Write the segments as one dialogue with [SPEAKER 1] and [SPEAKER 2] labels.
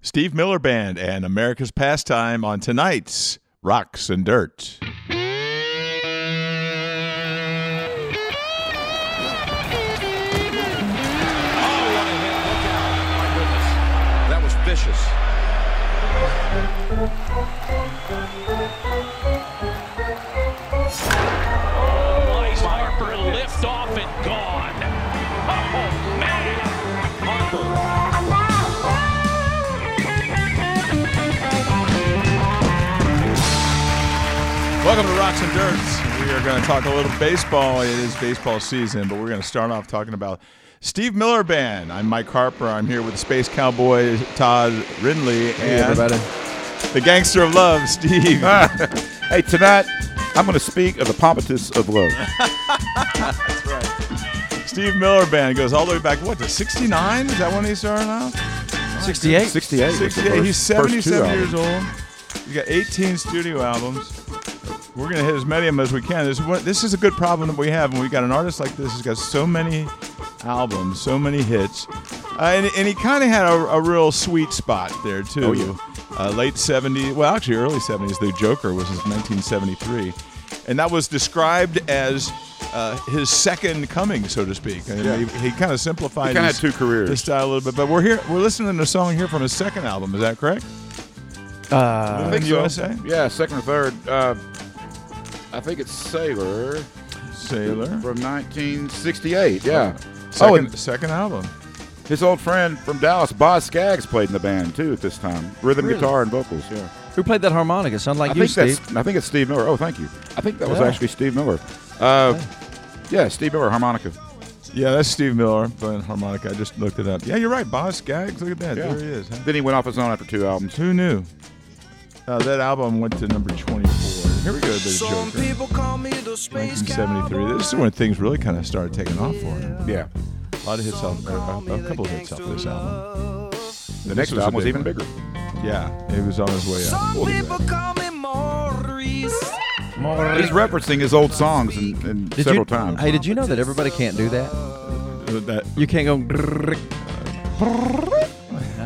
[SPEAKER 1] Steve Miller Band and America's Pastime on tonight's Rocks and Dirt.
[SPEAKER 2] That was vicious.
[SPEAKER 3] Nice Harper lift off and gone. Oh man, Harper.
[SPEAKER 1] Welcome to Rocks and Dirt. We are going to talk a little baseball. It is baseball season, but we're going to start off talking about Steve Miller Band. I'm Mike Harper. I'm here with Space Cowboy Todd Ridley and the Gangster of Love, Steve.
[SPEAKER 4] Hey, tonight I'm going to speak of the pompatus of love.
[SPEAKER 1] Steve Miller Band goes all the way back, what, to 69? Is that when he started out?
[SPEAKER 5] 68.
[SPEAKER 4] 68. was the
[SPEAKER 1] 68.
[SPEAKER 4] first-
[SPEAKER 1] He's
[SPEAKER 4] first two
[SPEAKER 1] 77 years
[SPEAKER 4] albums.
[SPEAKER 1] old. He's got 18 studio albums. We're gonna hit as many of them as we can. This is one, this is a good problem that we have when we got an artist like this. He's got so many albums, so many hits, uh, and, and he kind of had a, a real sweet spot there too.
[SPEAKER 4] Oh, yeah.
[SPEAKER 1] uh, late 70s, well actually early 70s. The Joker was his 1973, and that was described as. Uh, his second coming, so to speak. And
[SPEAKER 4] Yeah.
[SPEAKER 1] He, he kind of simplified.
[SPEAKER 4] He kinda
[SPEAKER 1] his-
[SPEAKER 4] had two careers.
[SPEAKER 1] his style a little bit. But we're here. We're listening to a song here from his second album. Is that correct?
[SPEAKER 4] I
[SPEAKER 5] Uh,
[SPEAKER 4] think
[SPEAKER 1] In
[SPEAKER 4] so.
[SPEAKER 1] USA?
[SPEAKER 4] Yeah, second or third. Uh, I think it's Sailor
[SPEAKER 1] Sailor.
[SPEAKER 4] from 1968. Yeah.
[SPEAKER 1] Second,
[SPEAKER 4] Oh, and
[SPEAKER 1] second album.
[SPEAKER 4] his old friend from Dallas, Boz Skaggs, played in the band too at this time. Rhythm
[SPEAKER 5] Really?
[SPEAKER 4] guitar and vocals. Yeah.
[SPEAKER 5] who played that harmonica? Sound like
[SPEAKER 4] I
[SPEAKER 5] you,
[SPEAKER 4] think
[SPEAKER 5] Steve.
[SPEAKER 4] that's. I think it's Steve Miller. Oh, thank you. I think that was
[SPEAKER 5] Yeah.
[SPEAKER 4] actually Steve Miller. Uh, yeah, Steve Miller harmonica.
[SPEAKER 1] Yeah, that's Steve Miller playing harmonica. I just looked it up. Yeah, you're right. Boss Skaggs. Look at that.
[SPEAKER 4] Yeah.
[SPEAKER 1] There he is. huh?
[SPEAKER 4] Then he went off his own after two albums.
[SPEAKER 1] Who knew? Uh, that album went to number 24. Here we go. The
[SPEAKER 6] Some
[SPEAKER 1] Joker.
[SPEAKER 6] people call me the space
[SPEAKER 1] 1973. This is when things really kind of started taking off for him.
[SPEAKER 4] Yeah.
[SPEAKER 1] A lot of hits off, a, a couple of hits off this album.
[SPEAKER 4] The next
[SPEAKER 1] was a
[SPEAKER 4] album was
[SPEAKER 1] big one.
[SPEAKER 4] even bigger.
[SPEAKER 1] Yeah, he was on his way up.
[SPEAKER 6] Some people call me Maurice.
[SPEAKER 4] He's referencing his old songs and, and
[SPEAKER 5] Did
[SPEAKER 4] several
[SPEAKER 5] you,
[SPEAKER 4] times.
[SPEAKER 5] Hey, did you know that everybody can't do that?
[SPEAKER 1] That,
[SPEAKER 5] You can't go. grrrr.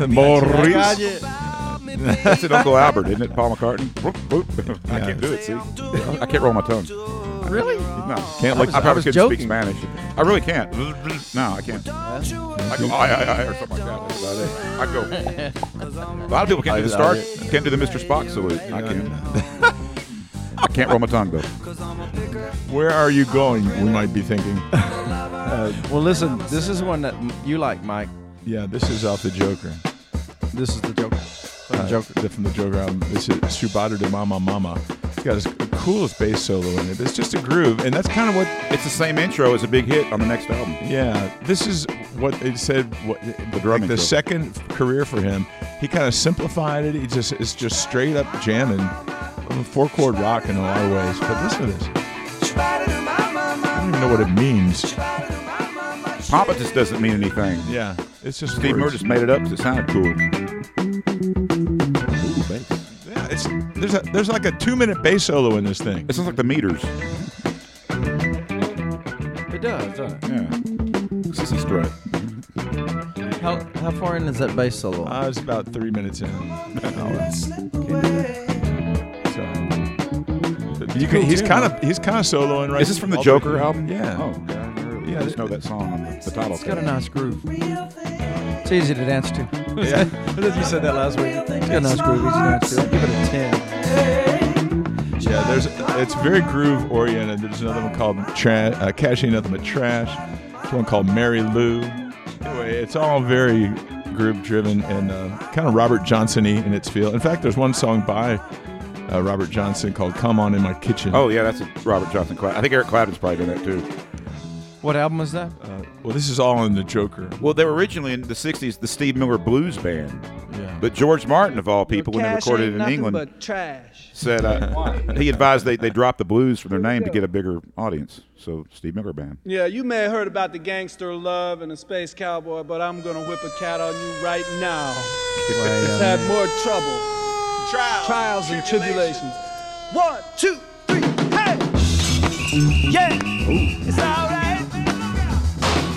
[SPEAKER 1] Maurice.
[SPEAKER 4] That's an Uncle Albert, isn't it? Paul McCartney. Whoop, whoop. I can't do it. See, I can't roll my tongue.
[SPEAKER 5] Really?
[SPEAKER 4] No,
[SPEAKER 1] Can't
[SPEAKER 4] can't
[SPEAKER 1] lick-
[SPEAKER 4] like. I,
[SPEAKER 5] I
[SPEAKER 4] probably
[SPEAKER 5] was
[SPEAKER 4] couldn't
[SPEAKER 5] joking.
[SPEAKER 4] speak Spanish. I really can't. No, I can't. I go I, I, I, or something like that. That's about it. I go. A lot of people can't do the
[SPEAKER 5] love
[SPEAKER 4] start. Can't do the Mr. Spock salute. I can't. I can't roll my tongue though.
[SPEAKER 1] Where are you going? We might be thinking.
[SPEAKER 5] Well, listen, this is one that m- you like, Mike.
[SPEAKER 1] Yeah, this is off the Joker.
[SPEAKER 5] This is the Joker.
[SPEAKER 1] Uh, the- from the Joker album. This is Subado de Mama Mama. It's got his coolest bass solo in it. It's just a groove, and that's kind of what.
[SPEAKER 4] It's the same intro as a big hit on the next album.
[SPEAKER 1] Yeah, this is what it said. What the
[SPEAKER 4] drumming
[SPEAKER 1] the
[SPEAKER 4] groove.
[SPEAKER 1] second career for him. He kind of simplified it. He just it's just straight up jamming, four chord rock in a lot of ways. But listen to this. I don't even know what it means.
[SPEAKER 4] Pompatus doesn't mean anything.
[SPEAKER 1] Yeah, it's just
[SPEAKER 4] Steve Miller
[SPEAKER 1] words.
[SPEAKER 4] just made it up 'cause it sounded cool.
[SPEAKER 1] Yeah, it's there's a, there's like a two minute bass solo in this thing.
[SPEAKER 4] It sounds like the meters.
[SPEAKER 5] It does, doesn't
[SPEAKER 4] Yeah. Sissy strut.
[SPEAKER 5] it? How, how far in is that bass solo?
[SPEAKER 1] I was Uh, about three minutes in. So- You can, he's kind of he's kind of soloing right.
[SPEAKER 4] Is this from the
[SPEAKER 1] all
[SPEAKER 4] Joker album?
[SPEAKER 1] Yeah.
[SPEAKER 4] Oh, yeah.
[SPEAKER 1] Yeah,
[SPEAKER 4] I just
[SPEAKER 1] that-
[SPEAKER 4] know that song on the, the title.
[SPEAKER 5] it's got a
[SPEAKER 4] track.
[SPEAKER 5] nice groove. It's easy to dance to.
[SPEAKER 4] Oh.
[SPEAKER 1] Yeah.
[SPEAKER 5] I think you said that last week. It's got a nice groove. Easy to dance to. I'll give it a 10.
[SPEAKER 1] Yeah. There's it's very groove oriented. There's another one called Tra- uh, Cash Ain't Nothing But Trash. There's one called Mary Lou. Anyway, it's all very groove driven and uh, kind of Robert Johnsony in its feel. In fact, there's one song by uh, Robert Johnson called "Come On in My Kitchen."
[SPEAKER 4] Oh yeah, that's a Robert Johnson. Cla- I think Eric Clapton's probably doing that too.
[SPEAKER 5] What album is that?
[SPEAKER 1] Uh, well, this is all in the Joker.
[SPEAKER 4] Well, they were originally in the '60s, the Steve Miller Blues Band,
[SPEAKER 1] Yeah.
[SPEAKER 4] but George Martin, of all people, when they
[SPEAKER 7] Cash
[SPEAKER 4] recorded
[SPEAKER 7] ain't
[SPEAKER 4] it in
[SPEAKER 7] nothing
[SPEAKER 4] England,
[SPEAKER 7] But trash.
[SPEAKER 4] said uh, he advised they, they drop the blues from their name to get a bigger audience. So Steve Miller Band.
[SPEAKER 7] Yeah, you may have heard about the gangster love and the space cowboy, but I'm gonna whip a cat on you right now.
[SPEAKER 5] uh,
[SPEAKER 7] Let's have more trouble, trials, and tribulations.
[SPEAKER 6] One, two, three, hey! Yeah! It's alright.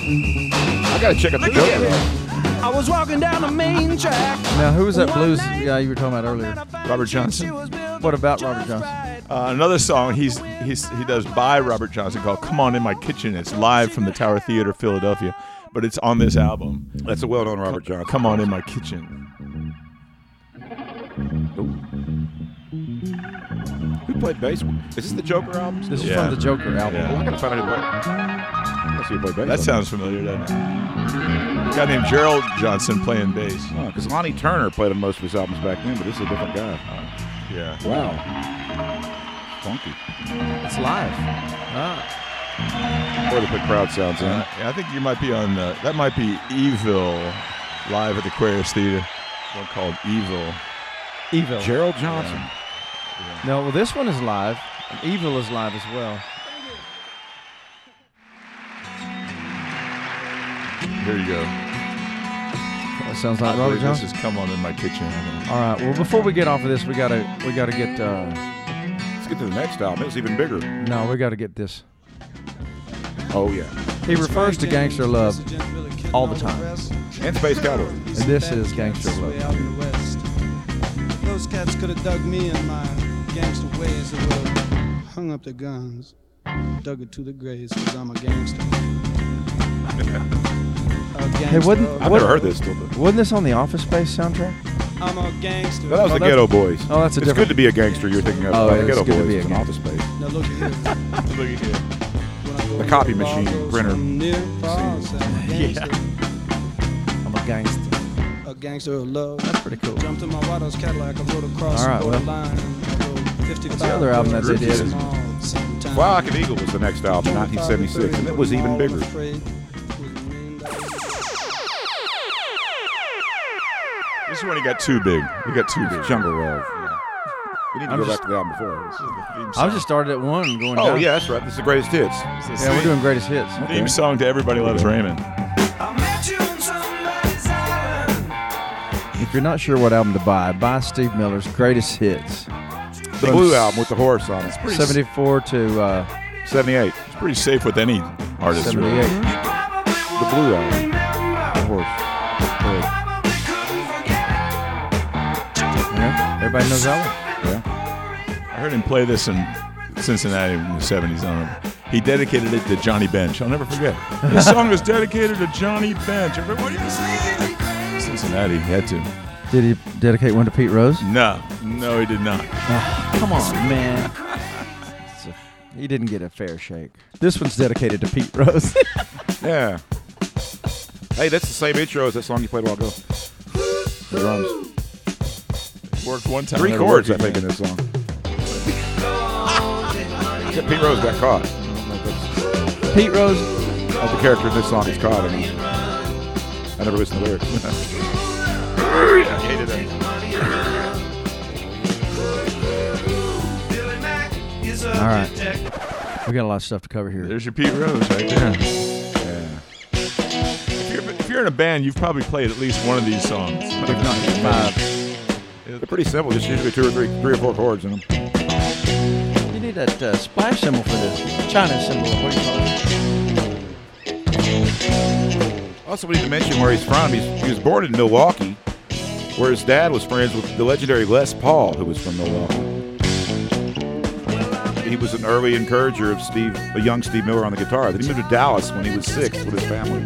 [SPEAKER 4] I gotta check out the
[SPEAKER 6] Look at
[SPEAKER 4] Joker.
[SPEAKER 6] it.
[SPEAKER 4] album.
[SPEAKER 6] I was walking down the main track.
[SPEAKER 5] Now, who was that blues guy you were talking about earlier?
[SPEAKER 1] Robert Johnson.
[SPEAKER 5] What about Robert Johnson?
[SPEAKER 1] Uh, another song he's, he's he does by Robert Johnson called "Come On in My Kitchen." It's live from the Tower Theater, Philadelphia, but it's on this album.
[SPEAKER 4] That's a well-known Robert Johnson.
[SPEAKER 1] Come on in my kitchen.
[SPEAKER 4] Who played bass? Is this the Joker album?
[SPEAKER 5] This is
[SPEAKER 1] Yeah.
[SPEAKER 5] from the Joker album.
[SPEAKER 4] Oh, I
[SPEAKER 1] Yeah,
[SPEAKER 4] gotta find out who played. Let's see who played bass.
[SPEAKER 1] that sounds familiar, doesn't it? A guy named Gerald Johnson playing bass.
[SPEAKER 4] because Lonnie Turner played on most of his albums back then, but this is a different guy.
[SPEAKER 1] Yeah,
[SPEAKER 4] Wow. Funky.
[SPEAKER 5] It's live. Ah,
[SPEAKER 4] Or they put crowd sounds in.
[SPEAKER 1] yeah. I think you might be on uh, that. Might be Evil live at the Aquarius Theater. One called Evil.
[SPEAKER 5] Evil.
[SPEAKER 4] Gerald Johnson.
[SPEAKER 5] No, well, this one is live. and Evil is live as well.
[SPEAKER 1] Here you go.
[SPEAKER 5] That sounds
[SPEAKER 1] I
[SPEAKER 5] like Robert
[SPEAKER 1] believe this
[SPEAKER 5] Johnson.
[SPEAKER 1] is "Come On in My Kitchen." I
[SPEAKER 5] All right. Well, before we get off of this, we gotta we gotta get uh,
[SPEAKER 4] Let's get to the next album. It was even bigger.
[SPEAKER 5] no, we gotta get this.
[SPEAKER 4] Oh, yeah.
[SPEAKER 5] He refers to Gangster Love, all the time.
[SPEAKER 4] And Space Cowboy.
[SPEAKER 5] and this is Gangster Love.
[SPEAKER 6] Out in the west. If Those cats could have dug me in my gangster ways. They would have hung up their guns, dug it to the graves, because I'm a gangster. A gangster.
[SPEAKER 5] wouldn't-
[SPEAKER 4] I've
[SPEAKER 5] What-
[SPEAKER 4] never heard this till the-
[SPEAKER 5] Wasn't this on the Office Space soundtrack?
[SPEAKER 6] I'm a gangster.
[SPEAKER 4] No, that was
[SPEAKER 5] Oh,
[SPEAKER 4] the
[SPEAKER 5] that's-
[SPEAKER 4] Ghetto Boys.
[SPEAKER 5] oh, that's a
[SPEAKER 4] It's
[SPEAKER 5] different-
[SPEAKER 4] good to be a gangster. You're thinking of
[SPEAKER 5] Oh,
[SPEAKER 4] uh,
[SPEAKER 5] it's
[SPEAKER 4] the Ghetto
[SPEAKER 5] good to
[SPEAKER 4] Boys.
[SPEAKER 5] be a
[SPEAKER 4] It's an
[SPEAKER 5] gangster.
[SPEAKER 4] office space.
[SPEAKER 6] Now look at here.
[SPEAKER 1] don't know. Look at here.
[SPEAKER 4] The copy machine printer.
[SPEAKER 6] Yeah.
[SPEAKER 5] I'm a gangster.
[SPEAKER 6] A gangster of love.
[SPEAKER 5] That's pretty cool.
[SPEAKER 6] Jumped in my Watto's Cadillac. I rode across
[SPEAKER 5] All right,
[SPEAKER 6] the
[SPEAKER 5] well.
[SPEAKER 6] borderline. I rode 55.
[SPEAKER 5] What's the other album that they did?
[SPEAKER 6] did?
[SPEAKER 4] Wild Rock and Eagle was the next album, 1976, and it was even bigger.
[SPEAKER 1] This is when he got too big. He got too big.
[SPEAKER 4] Jungle Love. We need to
[SPEAKER 5] I'm
[SPEAKER 4] go back
[SPEAKER 5] just-
[SPEAKER 4] to the album before.
[SPEAKER 5] I was just started at one and going
[SPEAKER 4] Oh,
[SPEAKER 5] down.
[SPEAKER 4] yeah, that's right. This is the greatest hits.
[SPEAKER 5] Yeah, we're doing greatest hits.
[SPEAKER 1] theme song to Everybody Loves Raymond.
[SPEAKER 5] If you're not sure what album to buy, buy Steve Miller's Greatest Hits.
[SPEAKER 4] The Blue album with the horse on it.
[SPEAKER 5] 74 to uh,
[SPEAKER 4] 78.
[SPEAKER 1] It's pretty safe with any artist, really.
[SPEAKER 5] 78.
[SPEAKER 4] The Blue album. The horse.
[SPEAKER 5] Yeah, everybody knows that one.
[SPEAKER 1] I heard him play this in Cincinnati in the 70s. I don't know. He dedicated it to Johnny Bench. I'll never forget. This song is dedicated to Johnny Bench. Everybody was Cincinnati he had to.
[SPEAKER 5] Did he dedicate one to Pete Rose?
[SPEAKER 1] No, no, he did not.
[SPEAKER 5] Come on, man. It's a- He didn't get a fair shake. This one's dedicated to Pete Rose.
[SPEAKER 4] Yeah. Hey, that's the same intro as that song you played a while ago. The drums.
[SPEAKER 1] Worked one time.
[SPEAKER 4] Three
[SPEAKER 1] never
[SPEAKER 4] chords, I
[SPEAKER 1] worked
[SPEAKER 4] think, in
[SPEAKER 1] again.
[SPEAKER 4] this song. Except Pete Rose got caught.
[SPEAKER 5] Pete Rose.
[SPEAKER 4] That's the character in this song is caught. I mean, I never listened to the lyrics. I hated it.
[SPEAKER 5] All right. We got a lot of stuff to cover here.
[SPEAKER 1] There's your Pete Rose right there. If, you're, if you're in a band, you've probably played at least one of these songs.
[SPEAKER 5] If not five.
[SPEAKER 4] They're pretty simple. Just usually two or three, three or four chords in them.
[SPEAKER 5] You need that uh, splash symbol for this. China symbol. What do you call it?
[SPEAKER 4] Also, we need to mention where he's from. He's, he was born in Milwaukee, where his dad was friends with the legendary Les Paul, who was from Milwaukee. He was an early encourager of Steve, a young Steve Miller on the guitar. Then he moved to Dallas when he was six with his family.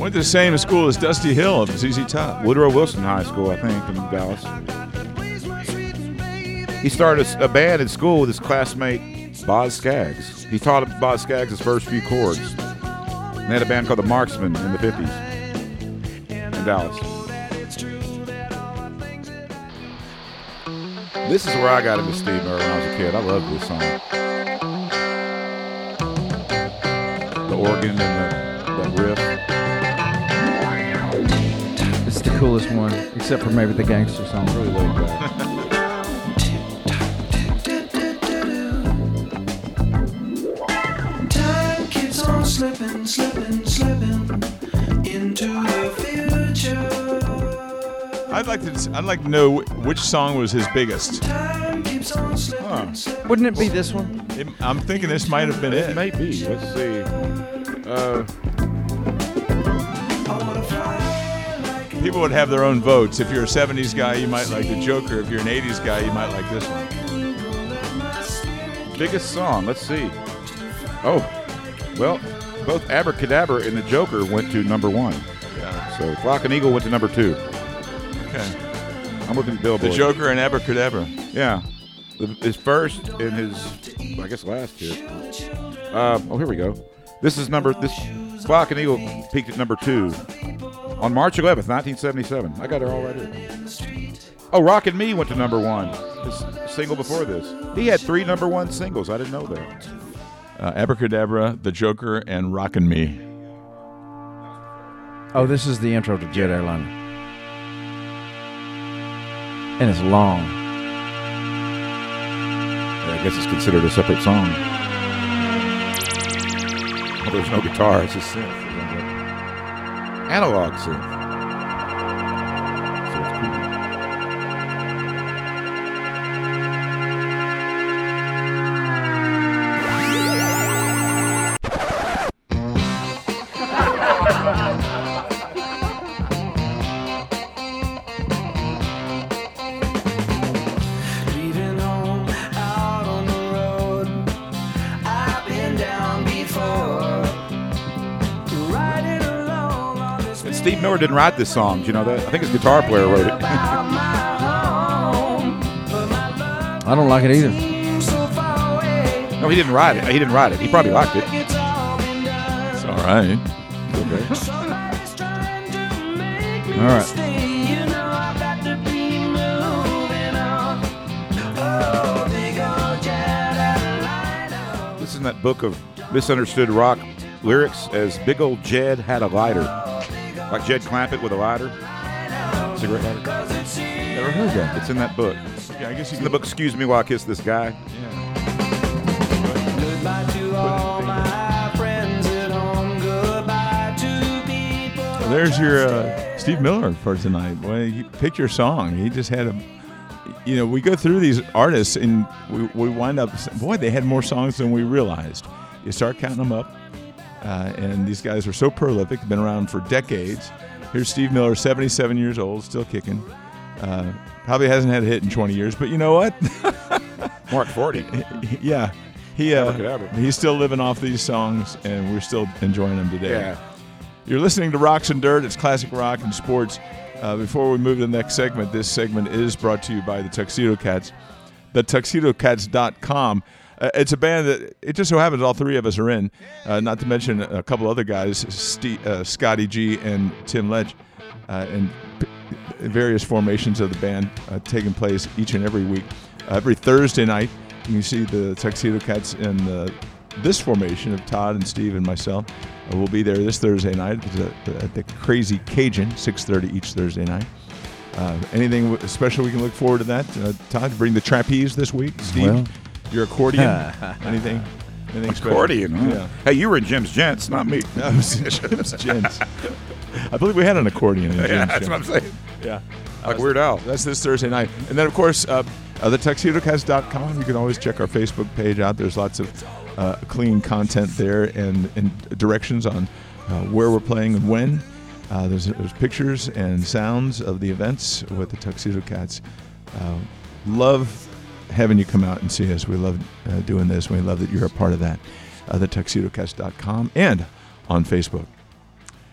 [SPEAKER 1] Went to the same school as Dusty Hill of ZZ Top.
[SPEAKER 4] Woodrow Wilson High School, I think, in Dallas. He started a s- a, band in school with his classmate Boz Skaggs. He taught Boz Skaggs his first few chords. And they had a band called the Marksmen in the 50s in Dallas. This is where I got into Steve Miller when I was a kid. I loved this song. The organ and the, the riff.
[SPEAKER 5] It's the coolest one, except for maybe the gangster song.
[SPEAKER 4] Really laid back.
[SPEAKER 8] Time keeps on slipping, slipping, slipping into the future.
[SPEAKER 1] I'd like to. I'd like to know which song was his biggest.
[SPEAKER 8] Time keeps on slipping.
[SPEAKER 5] Wouldn't it be this one?
[SPEAKER 1] It- I'm thinking this might have been it.
[SPEAKER 4] Maybe. Let's see. Uh,
[SPEAKER 8] I wanna
[SPEAKER 1] people would have their own votes. If you're a 70s guy, you might like the Joker. If you're an 80s guy, you might like this one.
[SPEAKER 4] Biggest song. Let's see. Oh, well, both Abracadabra and the Joker went to number one. So Flock and Eagle went to number two.
[SPEAKER 1] Okay.
[SPEAKER 4] I'm looking at Billboard.
[SPEAKER 1] The Joker and Abracadabra.
[SPEAKER 4] Yeah. The- His first and his, I guess, last hit. Uh, oh, here we go. This is number, this Flock and Eagle peaked at number two on March 11th, 1977. I got it all right here. Oh, Rockin' Me went to number one. His single before this. He had three number one singles. I didn't know that.
[SPEAKER 1] Uh, Abracadabra, The Joker, and Rockin' Me.
[SPEAKER 5] Oh, this is the intro to Jet Airliner. And it's long.
[SPEAKER 4] I guess it's considered a separate song. Well, there's no guitar, it's just synth. Analog synth. So it's cool.
[SPEAKER 8] Leaving home out on the road. I've been down before. Riding along on this
[SPEAKER 4] And Steve Miller didn't write this song, do you know that? I think his guitar player wrote it.
[SPEAKER 8] about my home. But my love
[SPEAKER 5] I don't like it either.
[SPEAKER 8] seems so far away.
[SPEAKER 4] No, he didn't write it. He didn't write it. He probably liked it.
[SPEAKER 8] It's all been done.
[SPEAKER 1] It's all right.
[SPEAKER 8] Somebody's trying to make me
[SPEAKER 4] All right.
[SPEAKER 8] stay. You know I've got to be moving on. Oh, big old jet airliner.
[SPEAKER 4] This is in that book of misunderstood rock lyrics as Big Old Jed had a lighter. Like Jed Clampett with a lighter. Cigarette lighter.
[SPEAKER 1] Never heard that.
[SPEAKER 4] It's in that book.
[SPEAKER 1] Yeah, I guess you
[SPEAKER 4] It's in
[SPEAKER 1] can
[SPEAKER 4] the book, Excuse Me While I Kiss This Guy.
[SPEAKER 8] Goodbye to all my friends at home. Goodbye to people.
[SPEAKER 1] There's your uh, Steve Miller for tonight. Boy, you pick your song. He just had a. You know, we go through these artists and we, we wind up. Boy, they had more songs than we realized. You start counting them up, uh, and these guys are so prolific. Been around for decades. Here's Steve Miller, 77 years old, still kicking. Uh, probably hasn't had a hit in 20 years, but you know what?
[SPEAKER 4] Mark 40.
[SPEAKER 1] yeah, he uh,
[SPEAKER 4] Abracadabra.
[SPEAKER 1] he's still living off these songs, and we're still enjoying them today.
[SPEAKER 4] Yeah.
[SPEAKER 1] You're listening to Rocks and Dirt. It's classic rock and sports. Uh, before we move to the next segment, this segment is brought to you by the Tuxedo Cats. The TuxedoCats.com. Uh, it's a band that it just so happens all three of us are in, uh, not to mention a couple other guys, Ste uh, Scotty G and Tim Ledge, uh, and p- various formations of the band uh, taking place each and every week. Uh, every Thursday night, you can see the Tuxedo Cats in the this formation of Todd and Steve and myself uh, will be there this Thursday night at the, at the Crazy Cajun, 6:30 each Thursday night. Uh, anything w- special we can look forward to that? Uh, Todd, bring the trapeze this week. Steve,
[SPEAKER 5] Well.
[SPEAKER 1] your accordion. anything? Anything special?
[SPEAKER 4] Accordion. huh?
[SPEAKER 1] Yeah.
[SPEAKER 4] uh, Hey, you were in Jim's Gents, not me.
[SPEAKER 1] That was Jim's Gents. I believe we had an accordion. In
[SPEAKER 4] yeah,
[SPEAKER 1] Jim's
[SPEAKER 4] that's
[SPEAKER 1] Gents.
[SPEAKER 4] what I'm saying.
[SPEAKER 1] Yeah.
[SPEAKER 4] Like Weird Al.
[SPEAKER 1] That's this Thursday night. And then, of course, uh, uh, the TuxedoCast.com. You can always check our Facebook page out. There's lots of uh, clean content there and, and directions on uh, where we're playing and when. Uh, there's, there's pictures and sounds of the events with the Tuxedo Cats. Uh, love having you come out and see us. We love uh, doing this. We love that you're a part of that. Uh, the TuxedoCast.com and on Facebook.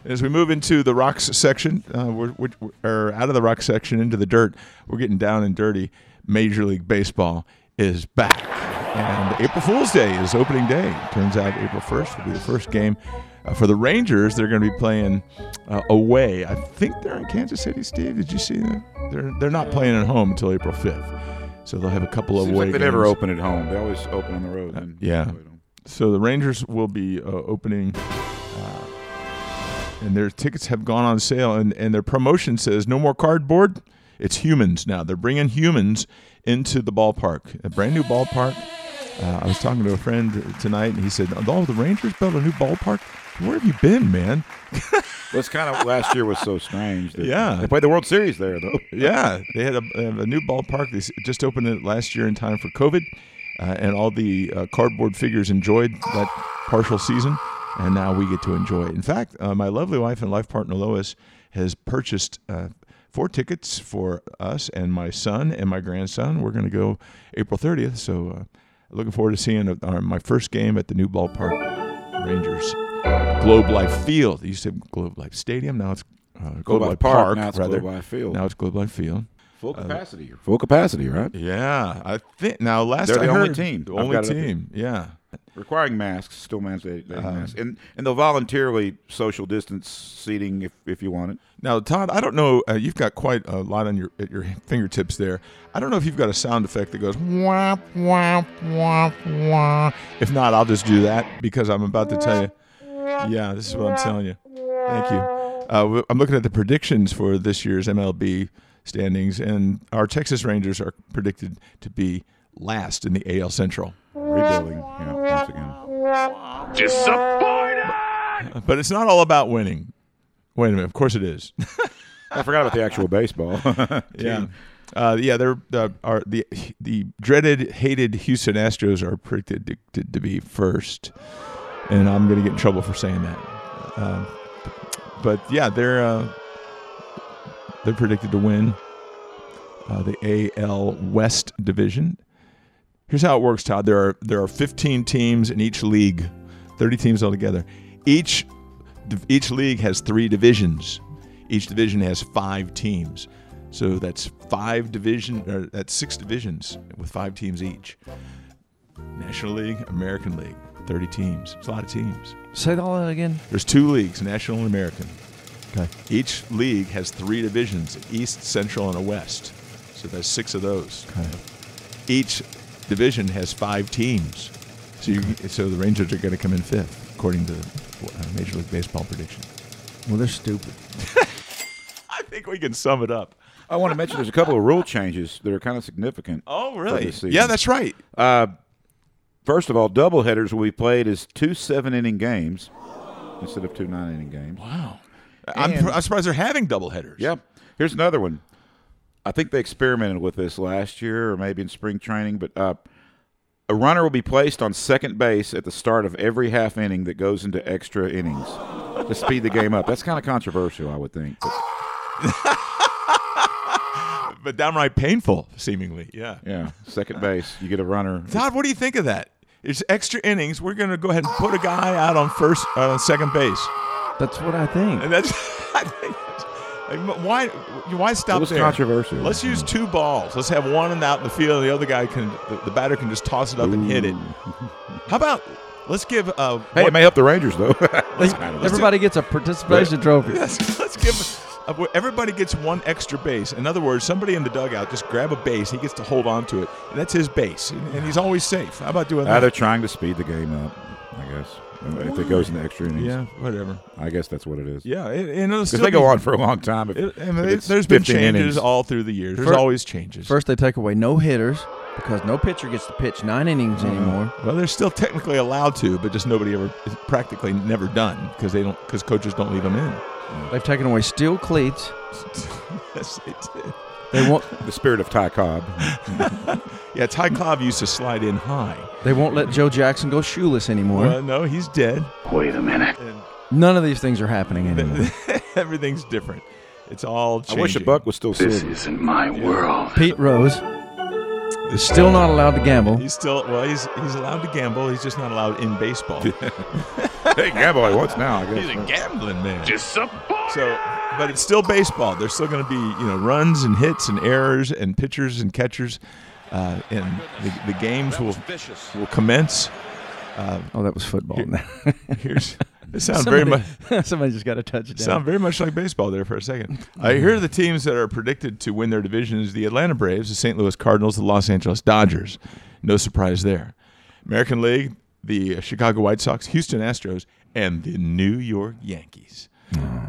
[SPEAKER 1] As we move into the rocks section, uh, we're, we're, or out of the rock section into the dirt, we're getting down and dirty. Major League Baseball is back. And April Fool's Day is opening day. Turns out April 1st will be the first game. Uh, for the Rangers, they're going to be playing uh, away. I think they're in Kansas City, Steve. Did you see that? They're, they're not playing at home until April 5th. So they'll have a couple of
[SPEAKER 4] Seems
[SPEAKER 1] away
[SPEAKER 4] like they
[SPEAKER 1] games.
[SPEAKER 4] never open at home. Uh, They always open on the road. and-
[SPEAKER 1] yeah. So the Rangers will be uh, opening, uh, and their tickets have gone on sale, and, and their promotion says no more cardboard. It's humans now. They're bringing humans into the ballpark, a brand new ballpark. Uh, I was talking to a friend tonight, and he said, "Oh, the Rangers built a new ballpark. Where have you been, man?"
[SPEAKER 4] That's kind of last year was so strange. that-
[SPEAKER 1] Yeah.
[SPEAKER 4] They played the World Series there, though.
[SPEAKER 1] yeah, they had a, they have a new ballpark. They s- just opened it last year in time for COVID, uh, and all the uh, cardboard figures enjoyed that partial season, and now we get to enjoy it. In fact, uh, my lovely wife and life partner Lois has purchased uh, four tickets for us and my son and my grandson. We're going to go April 30th. So uh, looking forward to seeing uh, our, my first game at the new ballpark Rangers. Globe Life Field. It used to be Globe Life Stadium. Now it's uh, Globe,
[SPEAKER 4] Globe
[SPEAKER 1] Life
[SPEAKER 4] Life Park.
[SPEAKER 1] Park.
[SPEAKER 4] Now it's
[SPEAKER 1] rather.
[SPEAKER 4] Globe Life Field.
[SPEAKER 1] Now it's Globe Life Field.
[SPEAKER 4] Full capacity. Uh, full capacity, right?
[SPEAKER 1] Yeah, I think now last
[SPEAKER 4] They're
[SPEAKER 1] I
[SPEAKER 4] the only
[SPEAKER 1] heard-
[SPEAKER 4] team.
[SPEAKER 1] the
[SPEAKER 4] I've
[SPEAKER 1] only
[SPEAKER 4] got it up here.
[SPEAKER 1] team. Yeah,
[SPEAKER 4] Requiring masks, still mandating masks, and and they'll voluntarily social distance seating if, if you want it.
[SPEAKER 1] Now, Todd, I don't know. Uh, you've got quite a lot on your at your fingertips there. I don't know if you've got a sound effect that goes wah wah wah wah. If not, I'll just do that because I'm about to tell you. Yeah, this is what I'm telling you. Thank you. Uh, w- I'm looking at the predictions for this year's MLB standings, and our Texas Rangers are predicted to be last in the AL Central.
[SPEAKER 4] Rebuilding, you know, once again.
[SPEAKER 1] But it's not all about winning. Wait a minute. Of course it is.
[SPEAKER 4] I forgot about the actual baseball.
[SPEAKER 1] Yeah. Uh, yeah, they're uh, are the the dreaded hated Houston Astros are predicted to, to, to be first, and I'm gonna get in trouble for saying that. Um but yeah, they're uh, they're predicted to win uh, the AL West division. Here's how it works, Todd. There are there are 15 teams in each league, 30 teams altogether. Each each league has three divisions. Each division has five teams. So that's five division or that's six divisions with five teams each. National League, American League, 30 teams. It's a lot of teams.
[SPEAKER 5] Say all that again.
[SPEAKER 1] There's two leagues, National and American. Okay. Each league has three divisions, East, Central, and a West. So there's six of those.
[SPEAKER 5] Okay.
[SPEAKER 1] Each division has five teams. So you, so the Rangers are going to come in fifth according to uh, Major League Baseball prediction.
[SPEAKER 5] Well, they're stupid.
[SPEAKER 1] I think we can sum it up.
[SPEAKER 4] I want to mention there's a couple of rule changes that are kind of significant.
[SPEAKER 1] Oh,
[SPEAKER 4] really? this season.
[SPEAKER 1] Yeah, that's right.
[SPEAKER 4] First of all, doubleheaders will be played as two seven inning games instead of two nine inning games.
[SPEAKER 1] Wow. I'm,
[SPEAKER 4] And-
[SPEAKER 1] I'm surprised they're having doubleheaders.
[SPEAKER 4] Yep. Here's another one. I think they experimented with this last year or maybe in spring training, but uh, a runner will be placed on second base at the start of every half inning that goes into extra innings to speed the game up. That's kind of controversial, I would think. but-
[SPEAKER 1] But downright painful, seemingly. Yeah.
[SPEAKER 4] yeah, second base, you get a runner.
[SPEAKER 1] Todd, what do you think of that? It's extra innings. We're going to go ahead and put a guy out on first, uh, on second base.
[SPEAKER 5] That's what I think.
[SPEAKER 1] And that's, I think that's like, why why stop
[SPEAKER 4] It was
[SPEAKER 1] there?
[SPEAKER 4] controversial.
[SPEAKER 1] Let's use two balls. Let's have one out in the field, and the other guy can the, the batter can just toss it up and hit it. How about let's give uh,
[SPEAKER 4] Hey, it
[SPEAKER 1] one-
[SPEAKER 4] may help the Rangers, though.
[SPEAKER 5] Like, everybody gets a participation trophy.
[SPEAKER 1] Yes, let's give. uh, well, Everybody gets one extra base. In other words, somebody in the dugout just grab a base. He gets to hold on to it. And that's his base, and, and he's always safe. How about doing
[SPEAKER 4] Ah, they're
[SPEAKER 1] that?
[SPEAKER 4] trying to speed the game up, I guess. If it goes into extra innings,
[SPEAKER 1] Yeah, whatever.
[SPEAKER 4] I guess that's what it is.
[SPEAKER 1] Yeah, it, and it'll
[SPEAKER 4] Because
[SPEAKER 1] still
[SPEAKER 4] they go
[SPEAKER 1] be-
[SPEAKER 4] on for a long time. If,
[SPEAKER 1] It, I mean,
[SPEAKER 4] if
[SPEAKER 1] it-
[SPEAKER 4] it's
[SPEAKER 1] there's been
[SPEAKER 4] 15
[SPEAKER 1] changes
[SPEAKER 4] innings.
[SPEAKER 1] all through the years. There's
[SPEAKER 5] First-
[SPEAKER 1] always changes.
[SPEAKER 5] First, they take away no hitters because no pitcher gets to pitch nine innings anymore.
[SPEAKER 1] Well, they're still technically allowed to, but just nobody ever, it's practically never done because they don't, because coaches don't leave them in.
[SPEAKER 5] They've taken away steel cleats.
[SPEAKER 1] Yes, they did.
[SPEAKER 5] They won't.
[SPEAKER 4] the spirit of Ty Cobb.
[SPEAKER 1] Yeah, Ty Cobb used to slide in high.
[SPEAKER 5] They won't let Joe Jackson go shoeless anymore.
[SPEAKER 1] Well, no, he's dead.
[SPEAKER 5] None of these things are happening anymore.
[SPEAKER 1] Everything's different. It's all.
[SPEAKER 4] I
[SPEAKER 1] Changing.
[SPEAKER 4] wish a buck was still silver.
[SPEAKER 5] Pete Rose is still not allowed to gamble.
[SPEAKER 1] He's still well. He's he's allowed to gamble. He's just not allowed in baseball. he's
[SPEAKER 4] Hey, gamble he wants now. I guess.
[SPEAKER 1] a gambling man. So, but it's still baseball. There's still going to be you know runs and hits and errors and pitchers and catchers, uh, and the, the games will
[SPEAKER 2] Vicious.
[SPEAKER 1] will commence.
[SPEAKER 5] Oh, that was football.
[SPEAKER 1] Here's it sounds very
[SPEAKER 5] somebody,
[SPEAKER 1] much
[SPEAKER 5] somebody just got a touchdown.
[SPEAKER 1] sound very much like baseball there for a second. I hear the teams that are predicted to win their divisions: the Atlanta Braves, the St. Louis Cardinals, the Los Angeles Dodgers. No surprise there. American League: the Chicago White Sox, Houston Astros, and the New York Yankees.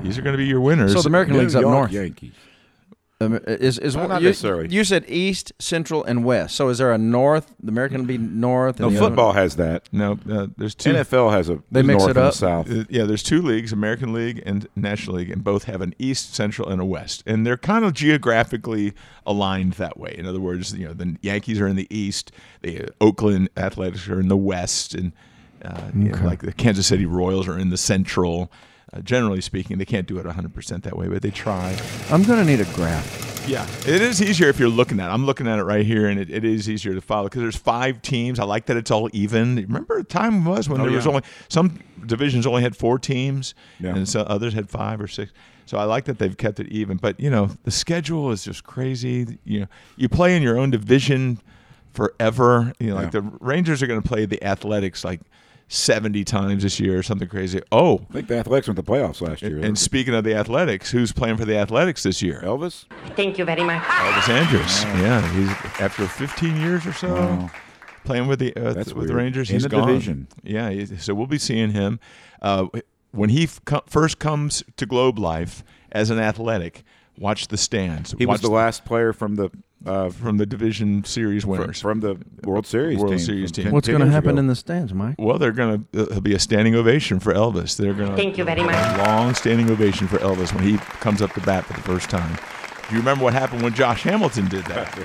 [SPEAKER 1] These are going to be your winners.
[SPEAKER 5] so the American
[SPEAKER 4] New
[SPEAKER 5] League's up
[SPEAKER 4] York
[SPEAKER 5] north.
[SPEAKER 4] Yankees.
[SPEAKER 5] Um, is is
[SPEAKER 4] Well,
[SPEAKER 5] one-
[SPEAKER 4] not
[SPEAKER 5] you,
[SPEAKER 4] necessarily.
[SPEAKER 5] You said east, central, and west. So is there a north? The American would be north.
[SPEAKER 4] No,
[SPEAKER 5] and the other-
[SPEAKER 4] football has that.
[SPEAKER 1] no, uh, there's two.
[SPEAKER 4] NFL has a
[SPEAKER 5] They mix
[SPEAKER 4] north
[SPEAKER 5] it
[SPEAKER 4] and a
[SPEAKER 5] up.
[SPEAKER 4] south.
[SPEAKER 1] Uh, yeah, there's two leagues, American League and National League, and both have an East, Central, and a West, and they're kind of geographically aligned that way. In other words, you know, the Yankees are in the East, the Oakland Athletics are in the West, and uh, you know, like the Kansas City Royals are in the Central. Uh, generally speaking, they can't do it 100% that way, but they try.
[SPEAKER 5] I'm gonna need a graph.
[SPEAKER 1] Yeah, it is easier if you're looking at it. I'm looking at it right here, and it, it is easier to follow because there's five teams. I like that it's all even. Remember, the time was when there was
[SPEAKER 4] Oh, yeah.
[SPEAKER 1] only some divisions only had four teams,
[SPEAKER 4] Yeah.
[SPEAKER 1] and so others had five or six. So I like that they've kept it even. But you know, the schedule is just crazy. You know, you play in your own division forever. You know, like
[SPEAKER 4] Yeah.
[SPEAKER 1] the Rangers are going to play the Athletics like 70 times this year or something crazy. Oh,
[SPEAKER 4] I think the Athletics went to the playoffs last year.
[SPEAKER 1] and speaking of the Athletics, who's playing for the Athletics this year?
[SPEAKER 4] Elvis?
[SPEAKER 9] Thank you very much.
[SPEAKER 1] Elvis Andrews. Yeah, he's after 15 years or so
[SPEAKER 4] Wow.
[SPEAKER 1] playing with the uh,
[SPEAKER 4] That's
[SPEAKER 1] with the
[SPEAKER 4] weird.
[SPEAKER 1] Rangers.
[SPEAKER 4] In
[SPEAKER 1] he's
[SPEAKER 4] the
[SPEAKER 1] gone.
[SPEAKER 4] division.
[SPEAKER 1] Yeah, he's- so we'll be seeing him uh, when he f- co- first comes to Globe Life as an athletic. Watch the stands.
[SPEAKER 4] He
[SPEAKER 1] watch
[SPEAKER 4] was the last player from the uh,
[SPEAKER 1] from the division series winners.
[SPEAKER 4] from the World Series
[SPEAKER 1] World
[SPEAKER 4] team.
[SPEAKER 1] Series
[SPEAKER 4] from
[SPEAKER 1] team.
[SPEAKER 4] 10
[SPEAKER 5] What's
[SPEAKER 4] 10
[SPEAKER 5] gonna
[SPEAKER 4] years
[SPEAKER 5] happen
[SPEAKER 4] ago.
[SPEAKER 5] in the stands, Mike?
[SPEAKER 1] well, they're gonna uh, it'll be a standing ovation for Elvis. They're gonna
[SPEAKER 9] Thank you very much.
[SPEAKER 1] a long standing ovation for Elvis when he comes up to bat for the first time. Do you remember what happened when Josh Hamilton did that?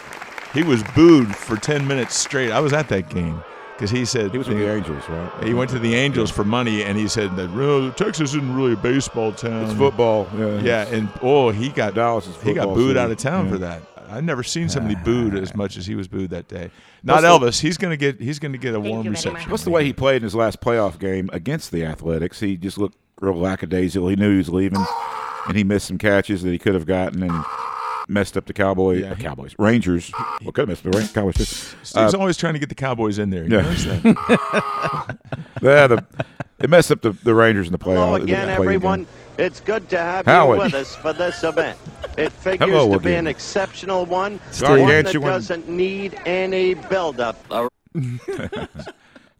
[SPEAKER 1] he was booed for 10 minutes straight. I was at that game because he said
[SPEAKER 4] He was with the Angels, right?
[SPEAKER 1] He went to the Angels for money, and he said that "Well, Texas isn't really a baseball town.
[SPEAKER 4] It's football. Yeah.
[SPEAKER 1] Yeah, and oh, he got
[SPEAKER 4] Dallas is
[SPEAKER 1] he got
[SPEAKER 4] football
[SPEAKER 1] booed
[SPEAKER 4] city.
[SPEAKER 1] out of town
[SPEAKER 4] Yeah.
[SPEAKER 1] for that. I've never seen somebody booed as much as he was booed that day. Not
[SPEAKER 4] What's the-
[SPEAKER 1] Elvis. he's gonna get he's gonna get a warm
[SPEAKER 9] you very
[SPEAKER 1] reception.
[SPEAKER 9] much.
[SPEAKER 4] What's the way he played in his last playoff game against the Athletics? He just looked real lackadaisical. He knew he was leaving, and he missed some catches that he could have gotten and messed up the Cowboys.
[SPEAKER 1] Yeah.
[SPEAKER 4] uh, Cowboys. Rangers. Well, could have messed up the Ran- Cowboys. too.
[SPEAKER 5] Uh,
[SPEAKER 1] Steve's always trying to get the Cowboys in there. You
[SPEAKER 4] Yeah.
[SPEAKER 1] notice that?
[SPEAKER 4] Yeah, the, it messed up the, the Rangers in the playoff.
[SPEAKER 10] Hello
[SPEAKER 4] the
[SPEAKER 10] again,
[SPEAKER 4] play-in
[SPEAKER 10] everyone.
[SPEAKER 4] game.
[SPEAKER 10] It's good to have
[SPEAKER 4] Howard.
[SPEAKER 10] you with us for this event. It figures
[SPEAKER 4] Hello
[SPEAKER 10] to be
[SPEAKER 4] again.
[SPEAKER 10] an exceptional one,
[SPEAKER 4] Steve.
[SPEAKER 10] one that
[SPEAKER 4] Gargantuan.
[SPEAKER 10] doesn't need any build-up.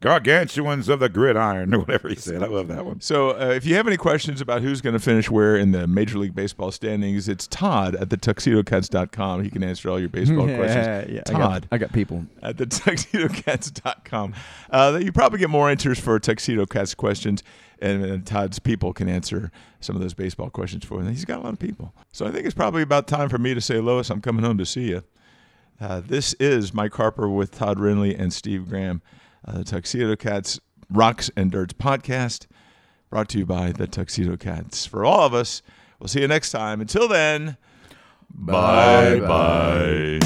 [SPEAKER 4] Gargantuans of the gridiron, or whatever he said. I love that one.
[SPEAKER 1] so uh, if you have any questions about who's gonna finish where in the Major League Baseball standings, it's Todd at the tuxedocats.com. He can answer all your baseball questions.
[SPEAKER 5] yeah. I got-
[SPEAKER 1] Todd.
[SPEAKER 5] I got people.
[SPEAKER 1] at the tuxedocats.com. Uh, you probably get more answers for Tuxedo Cats questions, and, and Todd's people can answer some of those baseball questions for him. He's got a lot of people. So I think it's probably about time for me to say, Lois, I'm coming home to see you. Uh, this is Mike Harper with Todd Rinley and Steve Graham, uh, the Tuxedo Cats Rocks and Dirts podcast, brought to you by the Tuxedo Cats. For all of us, we'll see you next time. Until then, bye. bye.